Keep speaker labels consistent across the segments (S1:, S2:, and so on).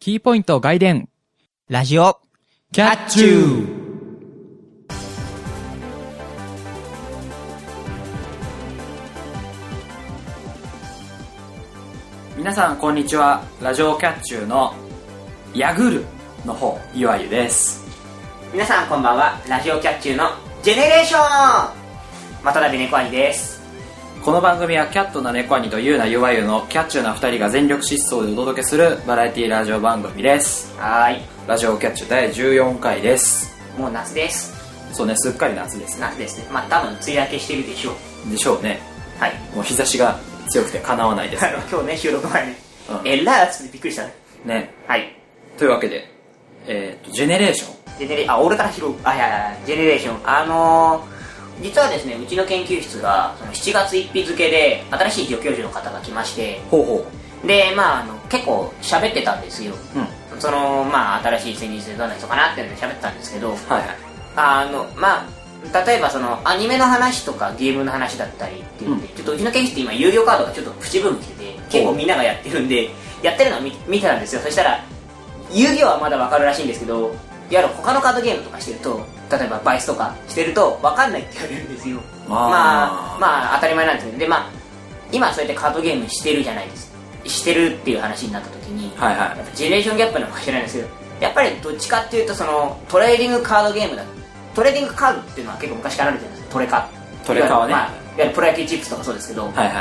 S1: キーポイント外伝、
S2: ラジオ。
S1: キャッチュー
S3: 皆さんこんにちはラジオキャッチューのヤグルの方いわゆです
S2: 皆さんこんばんは。ラジオキャッチューのジェネレーションまたたび猫兄です。
S3: この番組はキャットな猫兄とユーナゆわゆのキャッチューな二人が全力疾走でお届けするバラエティラジオ番組です
S2: はー
S3: ラジオキャッチュー第14回です
S2: い。もう夏です。
S3: そうねすっかり夏ですね
S2: 夏ですね。まあ多分梅雨明けしてるでしょう。
S3: でしょうね
S2: はい。
S3: もう日差しが強くてかなわないです
S2: あの、今日ね、収録前に。
S3: うん
S2: えらい暑くてびっくりしたね。
S3: ね
S2: はい。
S3: というわけでえー、とジェネレーション
S2: ジェネレあ、俺から拾う。あ、いやいやいや、ジェネレーション。あのー、実はですね、うちの研究室が、その7月1日付で、新しい助教授の方が来まして、
S3: ほうほ
S2: で、まあ、あの、結構喋ってたんですよ。
S3: ううん
S2: その、まあ、新しい戦術でどんな人かなっていうので喋ってたんですけど、
S3: はいはい
S2: あの、まあ、例えばその、アニメの話とかゲームの話だったりっていうので、ちょっとうちの研究室って今、有料カードがちょっとプチブーム来てて、結構みんながやってるんで、やってるのを見見てたんですよ。そしたら、遊戯王はまだわかるらしいんですけど、やる他のカードゲームとかしてると、例えばバイスとかしてると、わかんないって言われるんですよ。
S3: あー
S2: まあ、まあ、当たり前なんですけど、で、まあ、今そうやってカードゲームしてるじゃないですか。してるっていう話になった時に、
S3: はいは
S2: やっ
S3: い
S2: ぱジェネレーションギャップなのかもしれないんですけどやっぱりどっちかっていうとそのトレーディングカードゲームだトレーディングカードっていうのは結構昔からあるじゃないですかトレカ
S3: トレカはね
S2: いわゆるまあ、いわゆるプロ野球チップスとかそうですけど、
S3: はいはい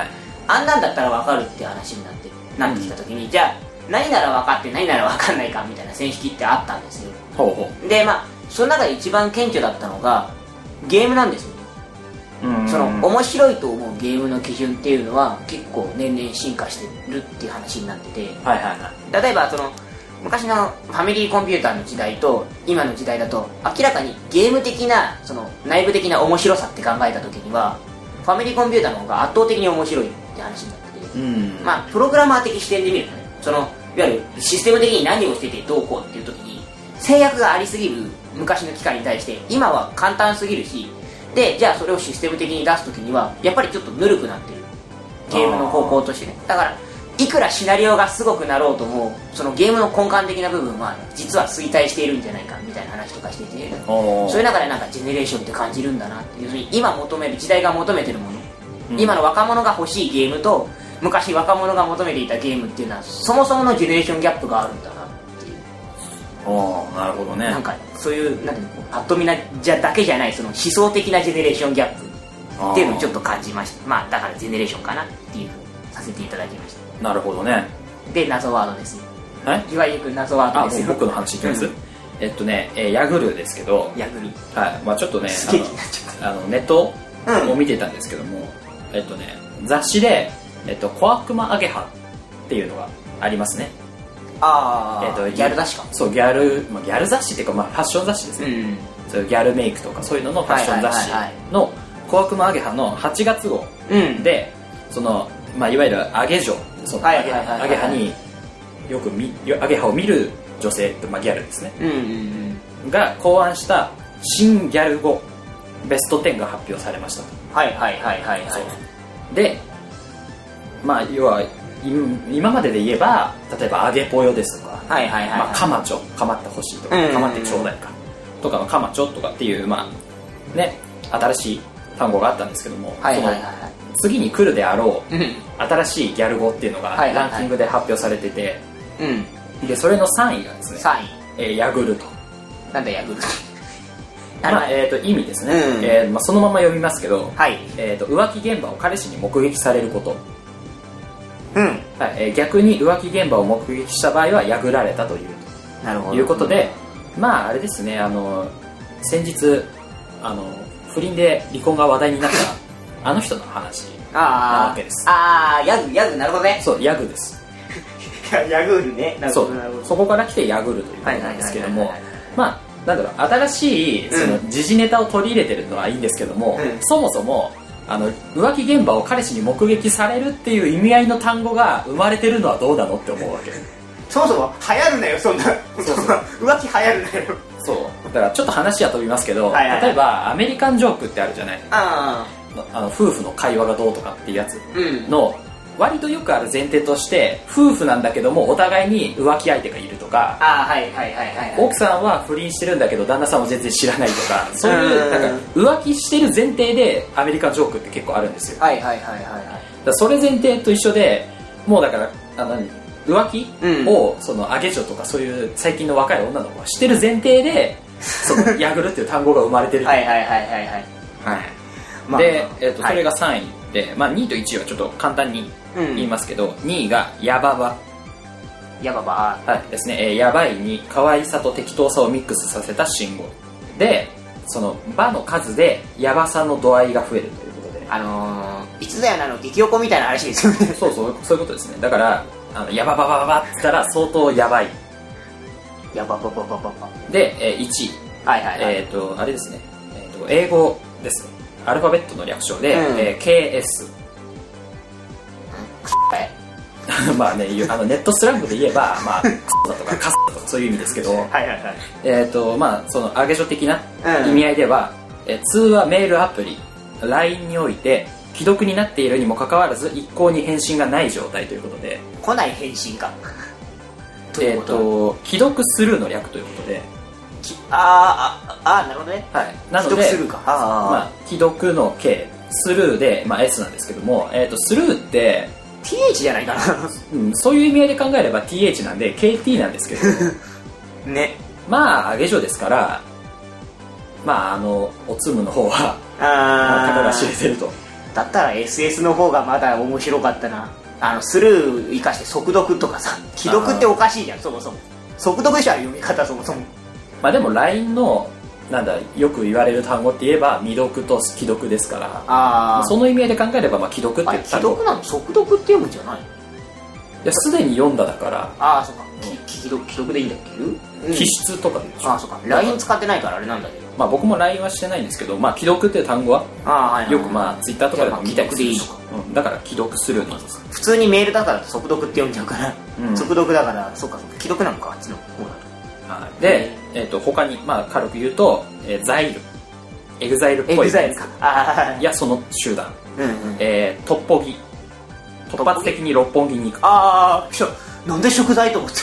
S2: あんなんだったら分かるっていう話になってなってきた時に、じゃあ何なら分かって何なら分かんないかみたいな線引きってあったんですよ
S3: ほうほ
S2: でまあその中で一番顕著だったのがゲームなんですよね
S3: ううん
S2: その面白いと思うゲームの基準っていうのは結構年々進化してるっていう話になってて
S3: はいはいはい
S2: 例えばその昔のファミリーコンピューターの時代と今の時代だと明らかにゲーム的なその内部的な面白さって考えた時にはファミリーコンピューターの方が圧倒的に面白いって話になって
S3: う
S2: て、
S3: ん
S2: まあプログラマー的視点で見るとねそのいわゆるシステム的に何をしててどうこうっていう時に制約がありすぎる昔の機械に対して今は簡単すぎるしでじゃあそれをシステム的に出す時にはやっぱりちょっとぬるくなってるゲームの方向としてねだからいくらシナリオがすごくなろうともそのゲームの根幹的な部分は実は衰退しているんじゃないかみたいな話とかしていて
S3: おー
S2: そういう中でなんかジェネレーションって感じるんだなっていうふうに今求める時代が求めてるもの、
S3: うん
S2: 今の若者が欲しいゲームと昔若者が求めていたゲームっていうのはそもそものジェネレーションギャップがあるんだなっていう
S3: おーなるほどね
S2: なんかそういうなんていうのこうパッと見なじゃだけじゃないその思想的なジェネレーションギャップっていうのをちょっと感じましたまあだからジェネレーションかなっていうふうにさせていただきました
S3: なるほどね
S2: で謎ワードですね
S3: はい
S2: いわゆる謎ワー
S3: あ
S2: ドですよ
S3: 僕の話いきます、
S2: うん
S3: えっとね、えーヤグルですけど、
S2: ヤグル
S3: はいまあ、ちょっとね
S2: すげえ気になっちゃっ
S3: あのあのネット
S2: うん
S3: を見てたんですけども、えっとね雑誌で、えっと、小悪魔アゲハっていうのがありますね
S2: たあ
S3: えっと
S2: ギャルだしか
S3: そうギャル、まあ、ギャル雑誌っていうか、まあ、ファッション雑誌です
S2: う
S3: ね、
S2: ん
S3: そういうギャルメイクとかそういうののファッション雑誌
S2: はいはいはい
S3: の小悪魔アゲハの8月号
S2: うん
S3: でその、まあ、いわゆるアゲ嬢その
S2: はい
S3: ア
S2: はい
S3: ゲ
S2: はいはい
S3: アゲハによくみアゲハを見る女性って、まあ、ギャルですね
S2: うんうんうん
S3: が考案した新ギャル語ベスト10が発表されましたと
S2: はいはいはいはいはい
S3: でまあ要はい今までで言えば例えば「あげぽよ」ですとか
S2: はいはいはいはい
S3: まあ、かまちょかまってほしいとか
S2: うんうんうん
S3: かまってちょうだいかとかのかまちょとかっていうまあね新しい単語があったんですけども、
S2: はいはいはい
S3: そ
S2: は
S3: の次に来るであろう
S2: い
S3: 新しいギャル語っていうのが
S2: はいはいは
S3: ラ
S2: い
S3: ンキングで発表されてて、
S2: うんうん
S3: でそれの3位がですね、
S2: 3
S3: えーヤグルト
S2: 位なんだヤグルなる
S3: ま
S2: ほ
S3: あ
S2: ど
S3: えー、と意味ですね、
S2: うん
S3: えーまあ、そのまま読みますけど、
S2: はい
S3: えー、と浮気現場を彼氏に目撃されること、
S2: うん
S3: はいえー逆に浮気現場を目撃した場合はヤグられたという
S2: なるほ
S3: と
S2: ど
S3: いうことでまああれですねあの先日あの不倫で離婚が話題にな ったあの人の話な
S2: あ
S3: わけです
S2: あああヤグヤグなるほどね
S3: そうヤグです
S2: ヤグルねな
S3: そうそこから来てヤグルということなんですけども
S2: はいはいはいはいはい
S3: まあなんだろう新しいその
S2: う
S3: 時事ネタを取り入れてるのはいいんですけども、
S2: うん
S3: そもそもあの浮気現場を彼氏に目撃されるっていう意味合いの単語が生まれてるのはどうなのって思うわけ
S2: そもそも流行るなよそんな
S3: そうそう
S2: 浮気流行るなよ
S3: そうだからちょっと話は飛びますけど、
S2: はいはいはい
S3: 例えばアメリカンジョークってあるじゃない
S2: あ
S3: あの夫婦の会話がどうとかっていうやつ
S2: あうん
S3: の割とよくある前提として夫婦なんだけどもお互いに浮気相手がいるとかか
S2: ああはいはいはいはい、はい、
S3: 奥さんは不倫してるんだけど旦那さんも全然知らないとかそういう
S2: うん
S3: なんか浮気してる前提でアメリカンジョークって結構あるんですよだか
S2: はいはいはいはいはい
S3: らそれ前提と一緒でもうだからあ何浮気
S2: うん
S3: をそのアゲジョとかそういう最近の若い女の子はしてる前提でそ のヤグルっていう単語が生まれてる
S2: はいはいはいはいはい
S3: はい
S2: まあ
S3: で、えっと
S2: はい
S3: それが3位で、まあ、2位と1位はちょっと簡単に
S2: うん
S3: 言いますけど、2位がヤババ、
S2: やばば
S3: はい、ですね、えーヤバいに可愛さと適当さをミックスさせた信号でそのバの数でヤバさの度合いが増えるということで
S2: あのー、いつだよなの激おこみたいな話ですよね
S3: そうそうそういうことですねだからあのヤバババババって言ったら相当ヤバい
S2: やばばばばばば
S3: で、え1位
S2: はいはいはい、
S3: えっ、とあれですね、えーと英語ですねアルファベットの略称で、
S2: うん
S3: えー KS
S2: はい
S3: まあね、言うあのネットスラングで言えば、まあ、クソだとかカスだとかそういう意味ですけど、
S2: はいはいはい
S3: えっ、と、まあ、その、アゲジョ的な
S2: うん
S3: 意味合いでは、えー通話、メールアプリ、LINE において、既読になっているにもかかわらず、一向に返信がない状態ということで、
S2: 来ない返信かと
S3: え
S2: い
S3: っ、
S2: うことは
S3: と、既読スルーの略ということで、
S2: きあーああーなるほどね
S3: はい。なの
S2: 既
S3: で、
S2: 読するかあー、
S3: まあ、既読の K、スルーで、まあ、S なんですけども、えっ、と、スルーって、
S2: TH じゃないか
S3: うん、そういう意味合いで考えれば TH なんで、KT なんですけど、
S2: なね
S3: まあ、あげ状ですから、まあ、あの、おつむの方は、まあ、
S2: あ
S3: たか
S2: あ
S3: が知れてると。
S2: だったら SS の方がまだ面白かったなあのスルー生かして速読とかさ既読っておかしいじゃんそもそも速読でしょあれ読み方そもそも
S3: まあ、でも LINE の、なんだ、よく言われる単語って言えば、未読と既読ですから、ま
S2: あ
S3: あその意味合いで考えれば、まあ、既読って
S2: あ
S3: 言
S2: れ
S3: っ
S2: 既
S3: たと。
S2: 読なの速読って読むんじゃない
S3: いや、すでに読んだだから、
S2: ああそうかきき既読既読でいいんだっけ、うん
S3: 気質とかでしょ。
S2: ああそうか LINE 使ってないからあれなんだけど
S3: まあ、僕も LINE はしてないんですけど、まあ、既読っていう単語は、
S2: ああはいはい
S3: よくまあ、Twitter とかでも見たりする
S2: じゃあまあ既読
S3: うん、だから、既読するのです。
S2: 普通にメールだから速読って読んじゃうから、
S3: うん
S2: 速読だからそうかそうか既読なのかあっちの方だと
S3: はいで、えっ、と、他に、まあ、軽く言うと、えーザイル。エグザイルっ
S2: エ
S3: ぽ
S2: グ
S3: い。
S2: ザイルかああ
S3: いや、その集団。
S2: うんうん
S3: えー、トッポギ突発的に六本木に行く
S2: ああしょなんで食材と思って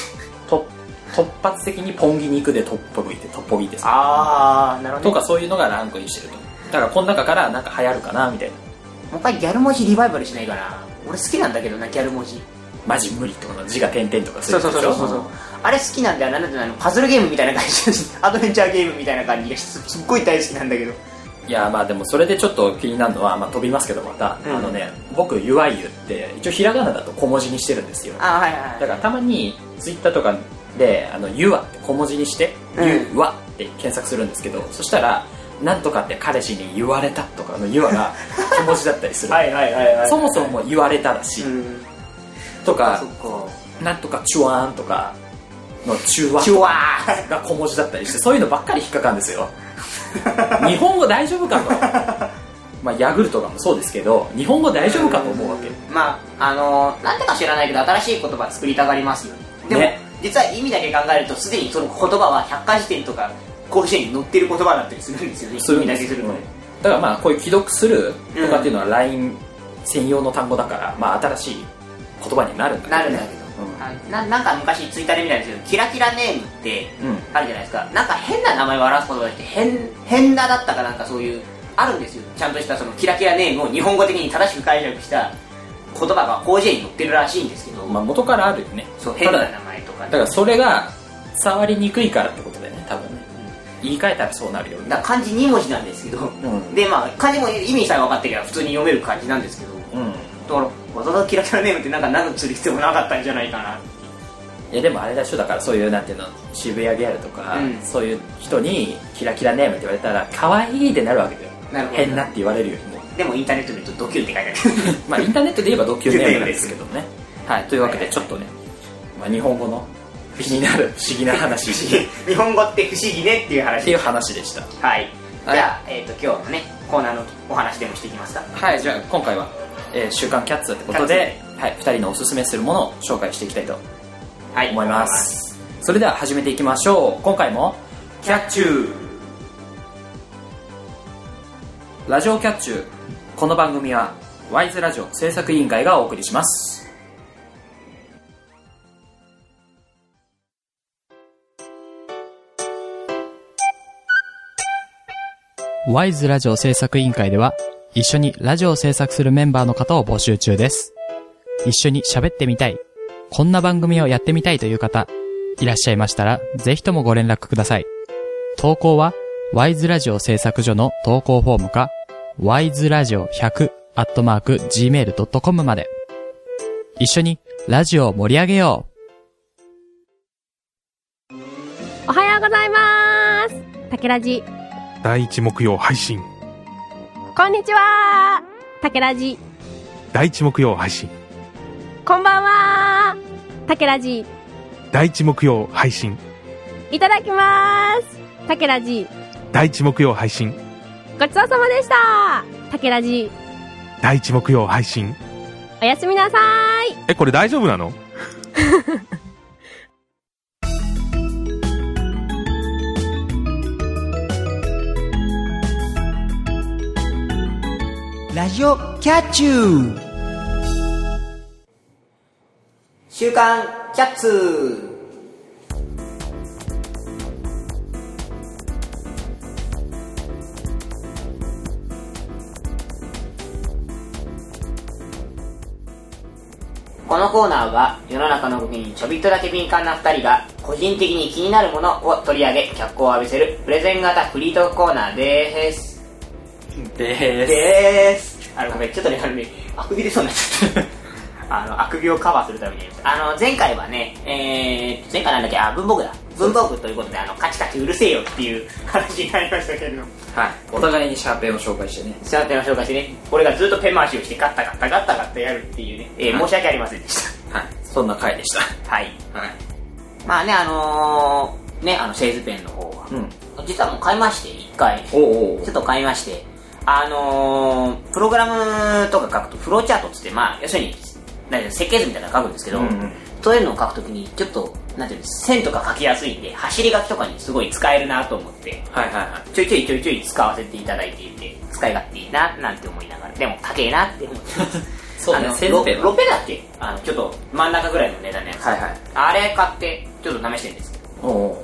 S3: と突発的にポンギに行くでトッポギってトッポギです
S2: ああなるほど
S3: とかそういうのがランクインしてるとだからこの中からなんか流行るかなみたいな
S2: もう一回ギャル文字リバイバルしないかな俺好きなんだけどなギャル文字
S3: マジ無理ってこと字が点々とかするやつでしょ
S2: あれ好きなんだよなんだろうなパズルゲームみたいな感じだ しアドベンチャーゲームみたいな感じがしすっごい大好きなんだけど
S3: いやまあでもそれでちょっと気になるのは、まあ、飛びますけどまた、
S2: うん
S3: あのね僕 UI って一応ひらがなだと小文字にしてるんですよ
S2: あはいはい
S3: だからたまにツイッターとかで「あのゆわ」って小文字にして「
S2: うん
S3: ゆわ」って検索するんですけどそしたら「なんとかって彼氏に言われた」とかの「ゆわ」が小文字だったりする
S2: いはいはいは
S3: そもそも言われたらしい、
S2: うん
S3: とか
S2: そっか
S3: 「なんとかチュワーン」とかの「チュワ
S2: チュ」ワー
S3: が小文字だったりしてそういうのばっかり引っかかるんですよ 日本語大丈夫かとまあヤグルトとかもそうですけど日本語大丈夫かと思うわけ
S2: まああのー、なんでか知らないけど新しい言葉作りたがりますよねでも
S3: ね
S2: 実は意味だけ考えるとすでにその言葉は百科事典とか甲子園に載ってる言葉だったりするんですよね
S3: する
S2: 意
S3: ん
S2: 味だ
S3: で
S2: けするとね
S3: だからまあこういう既読するとかっていうのは LINE 専用の単語だから、まあ新しい言葉になるんだ
S2: なるん
S3: ね
S2: だけど、あななんか昔ツイッターで見たんですけどキラキラネームって
S3: うん、うん、
S2: あるじゃないですかなんか変な名前を表すことができて変変なだったかなんかそういうあるんですよちゃんとしたそのキラキラネームを日本語的に正しく解釈した言葉が広辞苑に載ってるらしいんですけど、
S3: まあ元からあるよね
S2: そう変
S3: た
S2: な
S3: だだ
S2: 名前とか
S3: からそれが伝わりにくいからってことだよね多分ね言い換えたらそうなるよね
S2: だから漢字2文字なんですけど、
S3: ん
S2: でまあ漢字も意味さえ分かってりゃ普通に読める漢字なんですけど
S3: うん
S2: だからわざわざキラキラネームってなんか長くする必要もなかったんじゃないかない
S3: やでもあれだしょだからそういうなんていうの渋谷ギャルとか、
S2: うん
S3: そういう人にキラキラネームって言われたら可愛いってなるわけだよ
S2: なるほど
S3: 変なって言われるよりも
S2: でもインターネット見るとドキュンって書いてある
S3: まあインターネットで言えば同級ネームなんですけどね。 はい、というわけ
S2: はい
S3: で
S2: はい
S3: ちょっとね、まあ、日本語の気になる 不思議な話っ
S2: 日本語って不思議ねっていう話
S3: ていう話でした。
S2: はい
S3: はい
S2: じゃあ、えー、と今日のねコーナーのお話でもしていきますか
S3: はい、じゃあ今回は、えー週刊キャッツってことで、はい、2人のおすすめするものを紹介していきたいと
S2: はい
S3: 思います。それでは始めていきましょう。今回も、
S2: キャッチュー
S3: ラジオキャッチュー。この番組は、ワイズラジオ制作委員会がお送りします。
S1: ワイズラジオ制作委員会では、一緒にラジオを制作するメンバーの方を募集中です。一緒に喋ってみたい、こんな番組をやってみたいという方、いらっしゃいましたら、ぜひともご連絡ください。投稿は、ワイズラジオ制作所の投稿フォームか、ワイズラジオ100アットマーク gmail.com まで。一緒にラジオを盛り上げよう
S4: おはようございます。たけらじ。
S5: 第一木曜配信
S4: こんにちは。たけらじ。
S5: 第一木曜配信
S4: こんばんは。たけらじ。
S5: 第一木曜配信
S4: いただきます。たけらじ。
S5: 第一木曜配信
S4: ごちそうさまでした。たけらじ。
S5: 第一木曜配信
S4: おやすみなさい。
S5: えこれ大丈夫なの
S1: ラジオキャッチュー
S2: 週刊キャッツこのコーナーは世の中の動きにちょびっとだけ敏感な2人が個人的に気になるものを取り上げ脚光を浴びせるプレゼン型フリートークコーナーです
S3: でーす。
S2: でーすあのごめんちょっとねあのねあくび出そうになっちゃった あのあくびをカバーするためにあの前回はねえー、前回なんだっけあ文房具だ文房具ということであのカチカチうるせえよっていう話になりましたけれども
S3: はい。お互いにシャーペンを紹介してね。
S2: シャーペンを紹介してね俺がずっとペン回しをしてガッタガッタガッタガッタやるっていうね、えー申し訳ありませんでし
S3: はい。そんな回でした
S2: はい
S3: た。はい。
S2: まあね、あのー、ね、あの、製図ペンの方は、
S3: うん。
S2: 実はもう買いまして、一回、ち
S3: おうおう
S2: ょっと買いまして、あのー、プログラムとか書くと、フローチャートっつって、まあ、要するに、なんていうの設計図みたいなの書くんですけど、
S3: うんうん
S2: そういうのを書くときに、ちょっと、なんていうの、線とか書きやすいんで、走り書きとかにすごい使えるなと思って、
S3: はいはいはい。
S2: ちょいちょいちょいちょい使わせていただいていて、使い勝手いいな、なんて思いながら、でも高えなって思ってます。
S3: そうね
S2: あの
S3: 製
S2: ロ
S3: 図
S2: ペ
S3: ペンは
S2: だっけあの、ちょっと真ん中ぐらいの値段のやつ。
S3: はいはい。
S2: あれ買って、ちょっと試してるんですけど、
S3: おうおう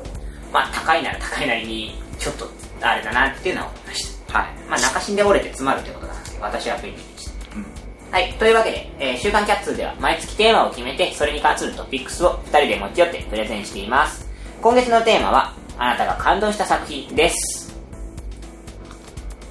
S2: まあ高いなら高いなりに、ちょっとあれだなっていうのは思いました。
S3: はい。
S2: まあ中心で折れて詰まるってことがなくて、私は便利でした。
S3: うん。
S2: はい、というわけで、えー週刊キャッツーでは毎月テーマを決めて、それに関するトピックスを2人で持ち寄ってプレゼンしています。今月のテーマは、あなたが感動した作品です。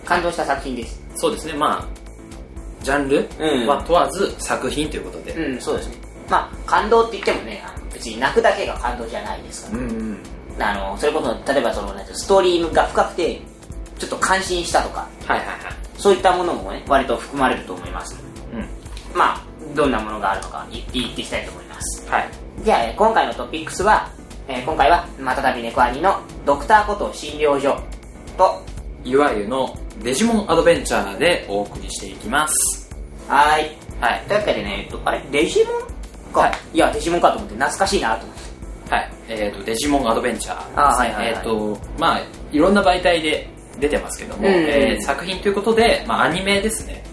S2: 感動した作品です。
S3: そうですね、まあ、ジャンル
S2: うん
S3: は問わず作品ということで。
S2: うん、そうですね。まあ、感動って言ってもね、あの別に泣くだけが感動じゃないですから。
S3: んうん。
S2: あの、それこそ、例えばその、なんていうのストーリーが深くて、ちょっと感心したとか、
S3: はいはいはい。
S2: そういったものもね、割と含まれると思います。
S3: うん。
S2: まあ、どんなものがあるのか言って言っていきたいと思います。
S3: はい。
S2: じゃあ、えー今回のトピックスは、えー今回は、またたびネコアニのドクターこと診療所と、
S3: いわゆるのデジモンアドベンチャーでお送りしていきます。
S2: はーい。
S3: はい。
S2: というわけでね、えっと、あれ、デジモンか、
S3: はい
S2: い、や、デジモンかと思って、懐かしいなと思って。
S3: はい。えっ、と、デジモンアドベンチャーですね。
S2: あはいはいは
S3: え
S2: い
S3: っ、と、まあ、いろんな媒体で出てますけども、
S2: うん
S3: えー作品ということで、まあ、アニメですね。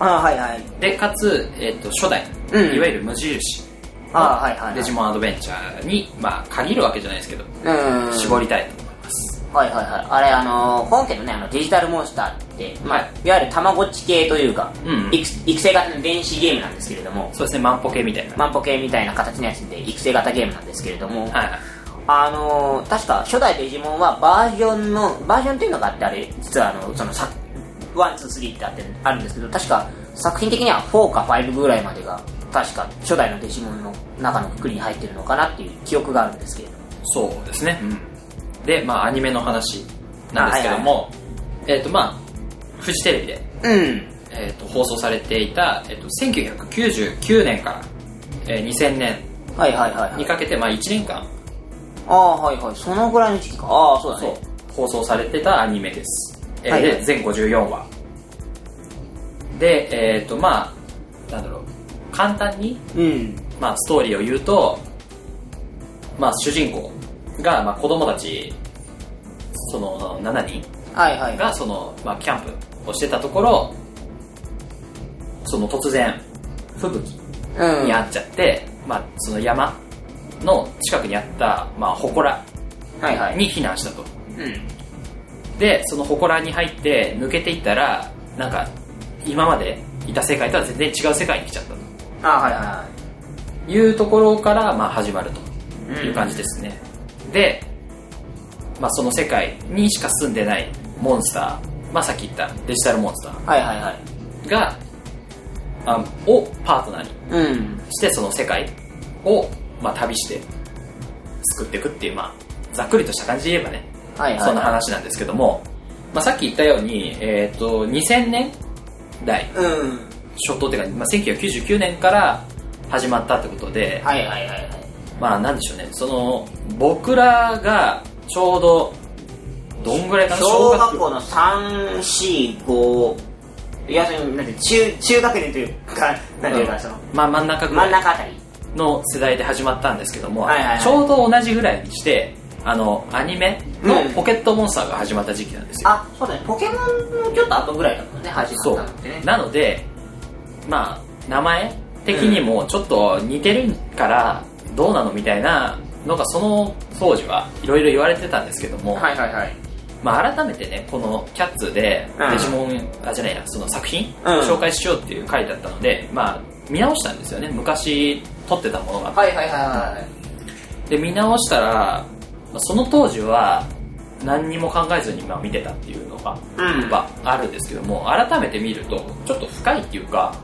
S2: ああ、はいはい。
S3: で、かつ、えっ、と、初代、
S2: うん
S3: いわゆる無印
S2: ああ、はいはい、はい。
S3: デジ
S2: モ
S3: モンアドベンチャーに、まあ、限るわけじゃないですけど、
S2: ン。うん。
S3: 絞りたいと思います。
S2: はいはいはい。あれ、あのー本家のね、あのデジタルモンスターって、まあ、
S3: はい
S2: い、わゆるたまごっち系というか、
S3: うん
S2: 育育成型の電子ゲームなんですけれども、
S3: そうですね、マンポケみたいな。
S2: 万歩系みたいな形のやつで育成型ゲームなんですけれども、
S3: はいはい。
S2: あのー確か初代デジモンはバージョンの、バージョンっていうのがあって、あれ、実はあの、そのさ、1、2、3ってあってあるんですけど、確か作品的には4か5ぐらいまでが、確か初代のデジモンの中のくくりに入ってるのかなっていう記憶があるんですけれども。
S3: そうですね、でまあアニメの話なんですけども、えっ、とまあフジテレビで、
S2: うん。
S3: えー、と放送されていた、えー、と1999年から、えー2000年
S2: はいはいはい、は
S3: に
S2: い。
S3: かけて、まあ、1年間
S2: ああ、はいはい。そのぐらいの時期か。ああ、そうだ
S3: そう
S2: ね。
S3: 放送されてたアニメです、えー
S2: はい
S3: で全54話でえっ、とまあなんだろう簡単に
S2: うん。
S3: まあ、ストーリーを言うと、まあ、主人公が、まあ、子供たちその7人
S2: はいはい。
S3: がその、まあ、キャンプをしてたところその突然吹雪
S2: うん。
S3: にあっちゃって、まあ、その山の近くにあった、まあ、祠
S2: はいはい。
S3: に避難したと
S2: うん。
S3: でその祠に入って抜けていったらなんか今までいた世界とは全然違う世界に来ちゃった
S2: あはいはいは
S3: というところからまあ始まると
S2: うん
S3: いう感じですね、で、まあ、その世界にしか住んでないモンスター、まあ、さっき言ったデジタルモンスタ
S2: いはいはいはい
S3: ーがあをパートナーに
S2: うん
S3: してその世界を、まあ、旅して作っていくっていう、まあ、ざっくりとした感じで言えばね
S2: はいはい
S3: そんな話なんですけども、まあ、さっき言ったように、えー、と2000年代
S2: うん
S3: 初頭っていうか、まあ、1999年から始まったってことで、
S2: はいはいはいはい
S3: まあなんでしょうねその僕らがちょうどどんぐらいかな
S2: 小学校の345要するになんて中中学年というかなんていうかその
S3: まあ、真ん中ぐら
S2: 真ん
S3: い
S2: 中あたり
S3: の世代で始まったんですけども、
S2: はいはいはい
S3: ちょうど同じぐらいにしてあのアニメの
S2: うん
S3: ポケットモンスターが始まった時期なんですよ、
S2: あそうだねポケモンのちょっと後ぐらいだもんね始
S3: そ
S2: まったのってね
S3: うなのでまあ名前的にもちょっと似てるからどうなのみたいなのがその当時はいろいろ言われてたんですけども、
S2: いはいはい
S3: まあ、改めてねこの「キャッツ」で
S2: うん
S3: デジモン、あじゃないやその作品、
S2: うん
S3: 紹介しようっていう回だったので、まあ、見直したんですよね昔撮ってたものが、
S2: はいはいはいはい
S3: で見直したらまあその当時は何にも考えずにまあ見てたっていうのが、
S2: うん
S3: やっぱあるんですけども改めて見るとちょっと深いっていうか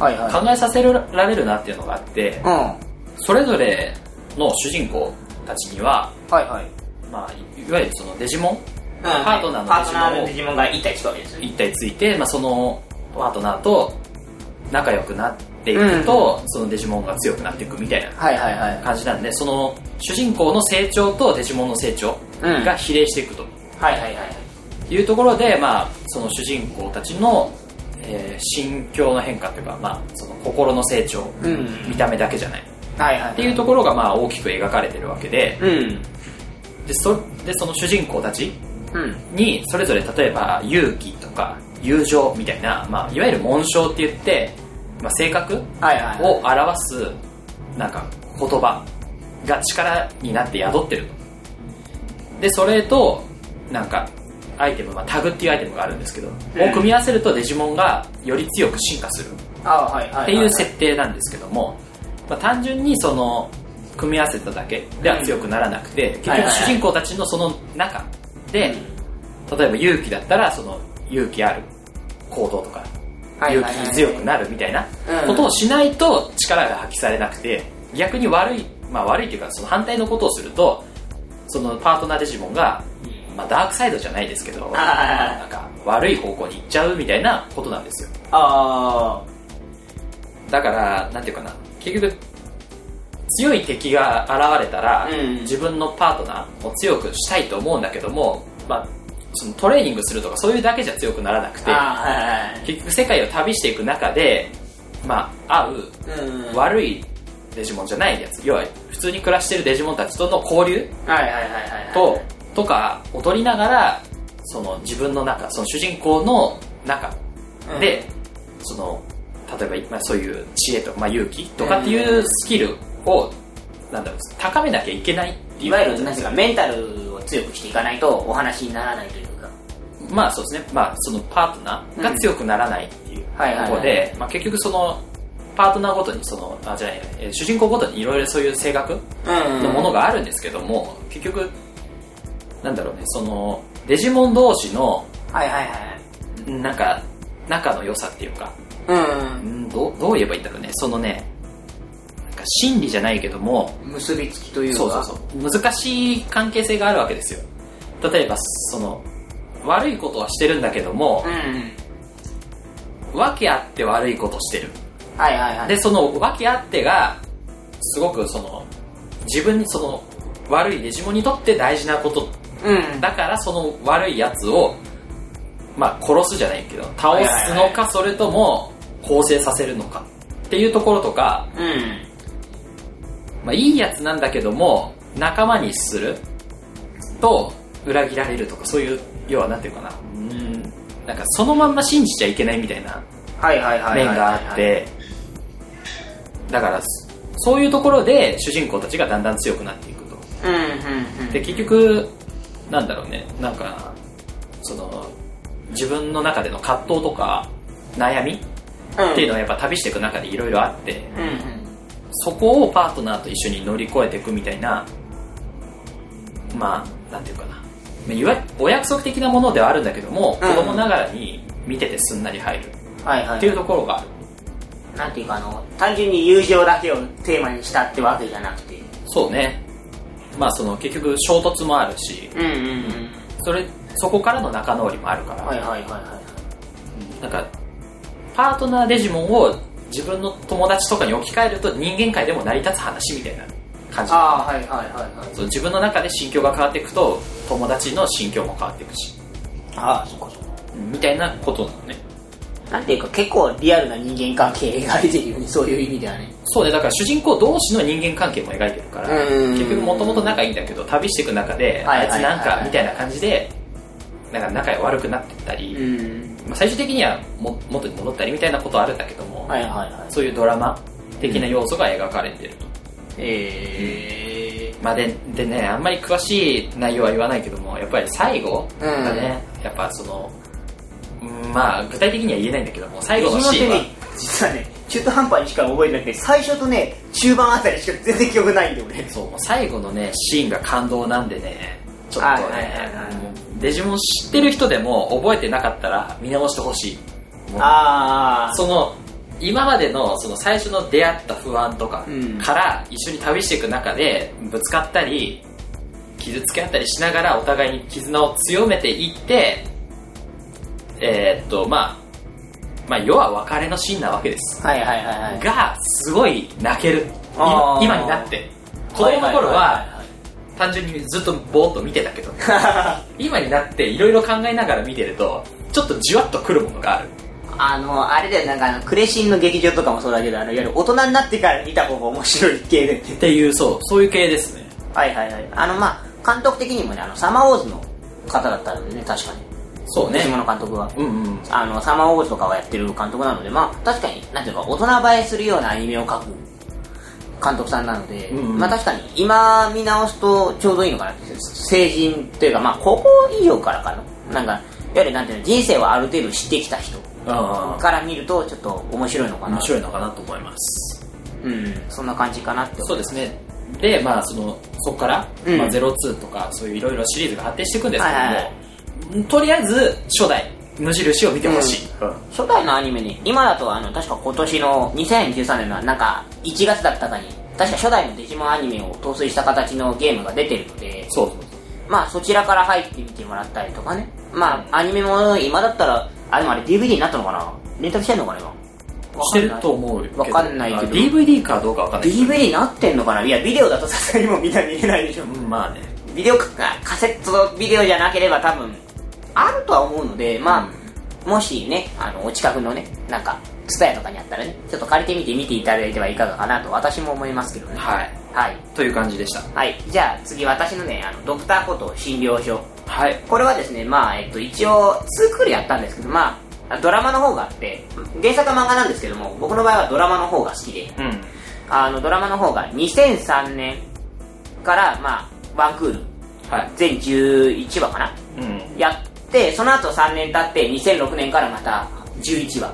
S2: はいはい
S3: 考えさせられるなっていうのがあって
S2: うん
S3: それぞれの主人公たちには、
S2: はいはい
S3: まあ、いわゆるそのデジモン
S2: うん
S3: パートナーのデジモンを
S2: パートナーのデジモンがいたりするわけですよね
S3: 一体ついて、まあ、そのパートナーと仲良くなっていくと、そのデジモンが強くなっていくみたいな
S2: はいはいはい
S3: 感じなんでその主人公の成長とデジモンの成長
S2: うん
S3: が比例していくと
S2: はいはいはい
S3: いうところで、まあ、その主人公たちの、えー心境の変化というか、まあ、その心の成長、
S2: うん
S3: 見た目だけじゃない
S2: はいはい
S3: っていうところが、まあ、大きく描かれてるわけで
S2: うん
S3: でそでその主人公たち
S2: うん
S3: にそれぞれ例えば勇気とか友情みたいな、まあ、いわゆる紋章って言って、まあ、性格を
S2: はいはいはい
S3: 表すなんか言葉が力になって宿ってるとでそれとなんかアイテム、まあ、タグっていうアイテムがあるんですけど、を組み合わせるとデジモンがより強く進化する
S2: あはいはい
S3: っ
S2: は
S3: ていう設定なんですけども、まあ、単純にその組み合わせただけでは強くならなくて、結
S2: はいは
S3: 局
S2: いはい
S3: 主人公たちのその中で、例えば勇気だったらその勇気ある行動とか、
S2: はいはいはい
S3: 勇気強くなるみたいな
S2: うん
S3: ことをしないと力が発揮されなくて逆に悪い、まあ、悪いというかその反対のことをするとそのパートナーデジモンが、まあ、ダークサイドじゃないですけど
S2: あはいはいはい
S3: なんか悪い方向に行っちゃうみたいなことなんですよ
S2: あ
S3: だからなんていうかな結局強い敵が現れたら、
S2: うん
S3: 自分のパートナーを強くしたいと思うんだけども、まあ、そのトレーニングするとかそういうだけじゃ強くならなく
S2: ー
S3: て
S2: あー
S3: 結局世界を旅していく中で、まあ、会う
S2: はいはいうんはい
S3: 悪いデジモンじゃないやつ要は普通に暮らしてるデジモンたちとの交流
S2: はいはいはいはい
S3: ととかを取りながらその自分の中その主人公の中で、その例えば、まあ、そういう知恵とか、まあ、勇気とかっていうスキルを、なんだろう高めなきゃいけないっていう
S2: いわゆるなんていうかメンタルを強くしていかないとお話にならないというか
S3: まあそうですね、まあ、そのパートナーが強くならないっていうと
S2: はいはいはい
S3: ころでまあ結局そのパートナーごとにそのあじゃないえー主人公ごとにいろいろそういう性格
S2: うん
S3: のものがあるんですけども、結局なんだろうねそのデジモン同士の
S2: はいはいはい
S3: なんか仲の良さっていうか
S2: うん
S3: うんどうどう言えばいいんだろうねそのねなんか心理じゃないけども
S2: 結びつきというか
S3: そうそうそう難しい関係性があるわけですよ例えばその悪いことはしてるんだけども、
S2: うん
S3: 訳あって悪いことしてる
S2: はいはいはい
S3: でその訳あってがすごくその自分にその悪いデジモンにとって大事なこと
S2: うん
S3: だからその悪いやつをまあ殺すじゃないけど倒すのかそれとも更生させるのかっていうところとか、
S2: うん
S3: まあ、いいやつなんだけども仲間にすると裏切られるとかそういう要はなんていうかなうんなんかそのまんま信じちゃいけないみたいな
S2: はいはいはいはい
S3: 面があってだからそそういうところで主人公たちがだんだん強くなっていくと
S2: うんうんうん
S3: で結局なんだろうねなんかその自分の中での葛藤とか悩み
S2: うん
S3: っていうのはやっぱ旅していく中でいろいろあって
S2: うんうん
S3: そこをパートナーと一緒に乗り越えていくみたいなまあなんていうかなまあいわゆるお約束的なものではあるんだけども、
S2: うん
S3: 子供ながらに見ててすんなり入る
S2: はいはい
S3: っていうところがある
S2: なんていうかあの単純に友情だけをテーマにしたってわけじゃなくて
S3: そうねまあその結局衝突もあるし
S2: うんうんうん
S3: それそこからの仲直りもあるから、
S2: はいはいはいはい
S3: なんかパートナーデジモンを自分の友達とかに置き換えると人間界でも成り立つ話みたいな感じ
S2: ああはいはいはいはい
S3: そう自分の中で心境が変わっていくと友達の心境も変わっていくし
S2: ああそっかそっか
S3: うんみたいなことなのね
S2: なんていうか結構リアルな人間関係描いてるよねそういう意味ではね
S3: そうねだから主人公同士の人間関係も描いてるから
S2: うん
S3: 結局もともと仲いいんだけど旅していく中で
S2: は
S3: あ
S2: い
S3: いつなん
S2: はいはいは
S3: か
S2: い
S3: みたいな感じでなんか仲悪くなってったり、
S2: ん
S3: まあ、最終的にはも元に戻ったりみたいなことはあるんだけども、
S2: はいはいはい
S3: そういうドラマ的な要素が描かれてると、
S2: え
S3: まあ、ででねあんまり詳しい内容は言わないけどもやっぱり最後
S2: うん
S3: がね、やっぱそのうんまあ具体的には言えないんだけども最後
S2: 自
S3: の
S2: 分の
S3: シー
S2: 手
S3: ンは
S2: に実はね中途半端にしか覚えてなくて最初とね中盤あたりしか全然記憶ないんで俺
S3: そうもう最後のねシーンが感動なんでねちょっと
S2: はいはい
S3: ね
S2: はいはい
S3: もうデジモン知ってる人でも覚えてなかったら見直してほしいもう
S2: あ
S3: その今までのその最初の出会った不安とか
S2: うん
S3: から一緒に旅していく中でぶつかったり傷つけ合ったりしながらお互いに絆を強めていってえーっとまあまあ世は別れのシーンなわけです
S2: はいはいはいはい
S3: がすごい泣ける
S2: あ
S3: 今
S2: ー
S3: 今になって子供の頃
S2: はい
S3: は単純にずっとぼーっと見てた けど今になっていろいろ考えながら見てるとちょっとじわっとくるものがある
S2: あのあれだよなんかあのクレシンの劇場とかもそうだけどあのいわゆる大人になってから見た方が面白い系で
S3: っていうそうそういう系ですね
S2: はいはいはいあのまあ監督的にもねあのサマーウォーズの方だったのでね確かに
S3: そうね
S2: 島の監督は
S3: うんうん
S2: あのサマーウォーズとかをやってる監督なのでまあ確かになんていうか大人映えするようなアニメを描く監督さんなので、
S3: うんうん
S2: まあ確かに今見直すとちょうどいいのかなって成人というかまあ高校以上からかななんかいわゆるなんていうの人生はある程度知ってきた人
S3: あ
S2: から見るとちょっと面白いの
S3: あ
S2: かな
S3: 面白いのかなと思います
S2: うん、そんな感じかなって
S3: そうですねでまあそのそこから、
S2: うん
S3: まあ、02とかそういういろいろシリーズが発展していくんですけども、
S2: はいはいは
S3: とりあえず初代無印を見てほしい、
S2: 初代のアニメね今だとあの確か今年の2013年のなんか1月だったかに確か初代のデジモンアニメを搭載した形のゲームが出てるので
S3: そうそう
S2: まあそちらから入ってみてもらったりとかねまあアニメも今だったらあでもあれ DVD になったのかなレンタルしてんのかな今
S3: してると思うけど
S2: わかんないけど
S3: あ DVD かどうかわかんないけど
S2: DVD になってんのかないやビデオだとさすがにもうみんな見れないでしょ
S3: うんまあね
S2: ビデオかカセットビデオじゃなければ多分あるとは思うのでまあ、もしねあのお近くのねなんかツタヤとかにあったらねちょっと借りてみて見ていただいてはいかがかなと私も思いますけどね
S3: はい
S2: はい、
S3: という感じでした
S2: はいじゃあ次私のねあのドクターこと診療所
S3: はい
S2: これはですねまあえっと一応2クールやったんですけどまあドラマの方があって原作は漫画なんですけども僕の場合はドラマの方が好きで
S3: うん
S2: あのドラマの方が2003年からまあワンクール
S3: はい
S2: 全11話かな
S3: うん
S2: やってその後3年経って2006年からまた11話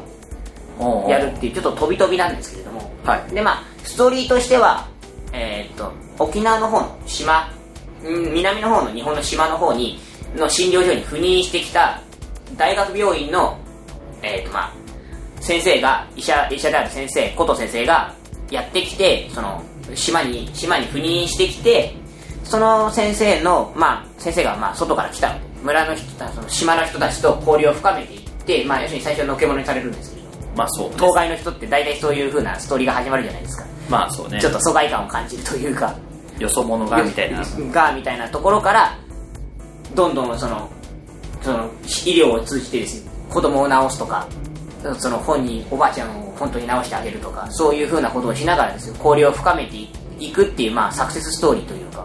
S3: おうおう
S2: やるっていうちょっと飛び飛びなんですけれども
S3: はい
S2: でまあストーリーとしてはえーっと沖縄の方の島ん南の方の日本の島の方にの診療所に赴任してきた大学病院のえーっとまあ先生が医者医者である先生琴先生がやってきてその島に島に赴任してきてその先生のまあ先生がまあ外から来たので村の人たその島の人たちと交流を深めていってまあ要するに最初のけ者にされるんですけど
S3: まあそうね
S2: 当該の人って大体そういう風なストーリーが始まるじゃないですか、
S3: まあそうね
S2: ちょっと疎外感を感じるというか
S3: よそ者がみたいな
S2: がみたいなところからどんどんそのその医療を通じてですね子供を治すとかその本におばあちゃんを本当に治してあげるとかそういう風なことをしながらですよ交流を深めていくっていうまあサクセスストーリーというか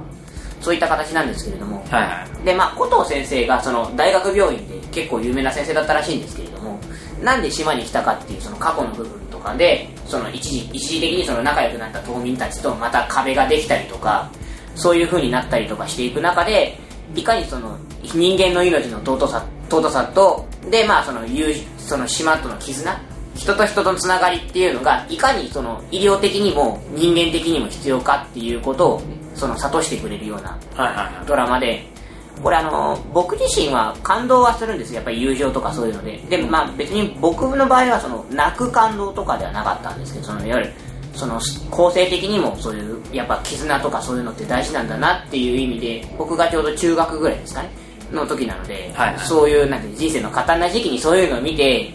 S2: そういった形なんですけれども、
S3: はいはい
S2: でまあコトー先生がその大学病院で結構有名な先生だったらしいんですけれどもなんで島に来たかっていうその過去の部分とかでその一時一時的にその仲良くなった島民たちとまた壁ができたりとかそういう風になったりとかしていく中でいかにその人間の命の尊さトータさんとでまあその友その島との絆人と人とのつながりっていうのがいかにその医療的にも人間的にも必要かっていうことをその諭してくれるような
S3: はいはいはい
S2: ドラマでこれあの僕自身は感動はするんですよやっぱり友情とかそういうのででまあ別に僕の場合はその泣く感動とかではなかったんですけどそのいわゆるその構成的にもそういうやっぱ絆とかそういうのって大事なんだなっていう意味で僕がちょうど中学ぐらいですかねの時なので、
S3: はいはい
S2: そういうなんて人生の過端な時期にそういうのを見て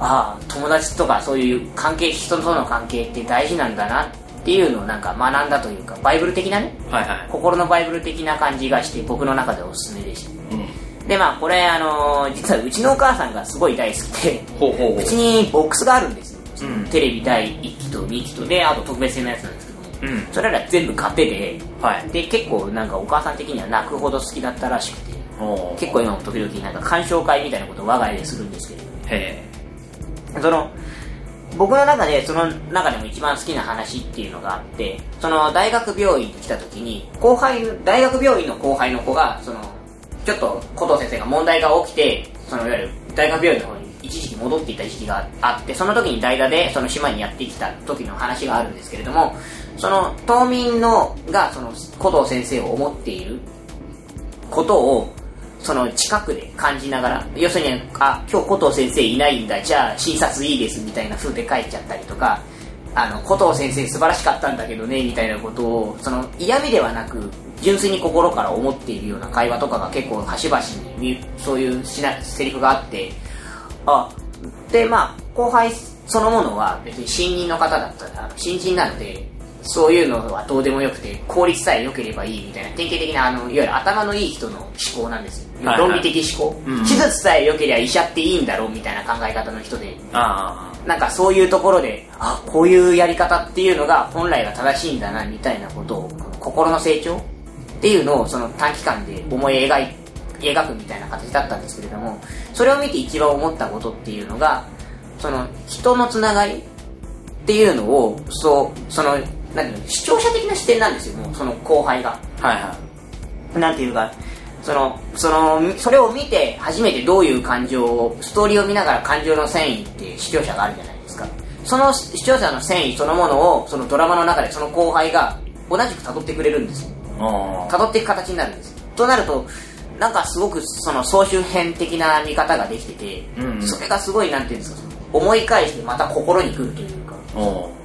S2: ああ友達とかそういう関係人との関係って大事なんだなっていうのをなんか学んだというかバイブル的なね
S3: はいはい
S2: 心のバイブル的な感じがして僕の中でおすすめでした
S3: うん
S2: でまあこれあのー実はうちのお母さんがすごい大好きで
S3: ほうほうほう
S2: うちにボックスがあるんです
S3: う
S2: よ、
S3: ん
S2: テレビ第1期と2期とであと特別編のやつなんですけど
S3: う
S2: も
S3: ん
S2: それら全部買ってて
S3: はい
S2: で結構なんかお母さん的には泣くほど好きだったらしくて
S3: おー
S2: 結構今も時々なんか鑑賞会みたいなことを我が家でするんですけれど
S3: へ
S2: その僕の中でその中でも一番好きな話っていうのがあってその大学病院に来た時に後輩大学病院の後輩の子がそのちょっと古藤先生が問題が起きてそのいわゆる大学病院の方に一時期戻っていた時期があってその時に代打でその島にやってきた時の話があるんですけれどもその島民のがその古藤先生を思っていることをその近くで感じながら要するにあ今日古藤先生いないんだじゃあ診察いいですみたいな風で書いちゃったりとかあの古藤先生素晴らしかったんだけどねみたいなことをその嫌味ではなく純粋に心から思っているような会話とかが結構端々にそういうしなセリフがあってあでまあ後輩そのものは別に新任の方だったら新人なのでそういうのはどうでもよくて効率さえ良ければいいみたいな典型的なあのいわゆる頭のいい人の思考なんですよ、
S3: はいはい
S2: 論理的思考、
S3: うん
S2: 手術さえ良ければ医者っていいんだろうみたいな考え方の人で
S3: ーあ
S2: なんかそういうところであこういうやり方っていうのが本来が正しいんだなみたいなことをこの心の成長っていうのをその短期間で思い描い描くみたいな形だったんですけれどもそれを見て一番思ったことっていうのがその人のつながりっていうのをそうそのなんていうの視聴者的な視点なんですよもうその後輩が。
S3: あはいはい
S2: なんていうか、その、その、それを見て初めてどういう感情を、ストーリーを見ながら感情の繊維って視聴者があるじゃないですか。その視聴者の繊維そのものを、そのドラマの中でその後輩が同じく辿ってくれるんですよ。
S3: おー
S2: 辿っていく形になるんです。となると、なんかすごくその総集編的な見方ができてて、
S3: うんうん
S2: それがすごいなんていうんですか、その思い返してまた心に来るというか、
S3: おー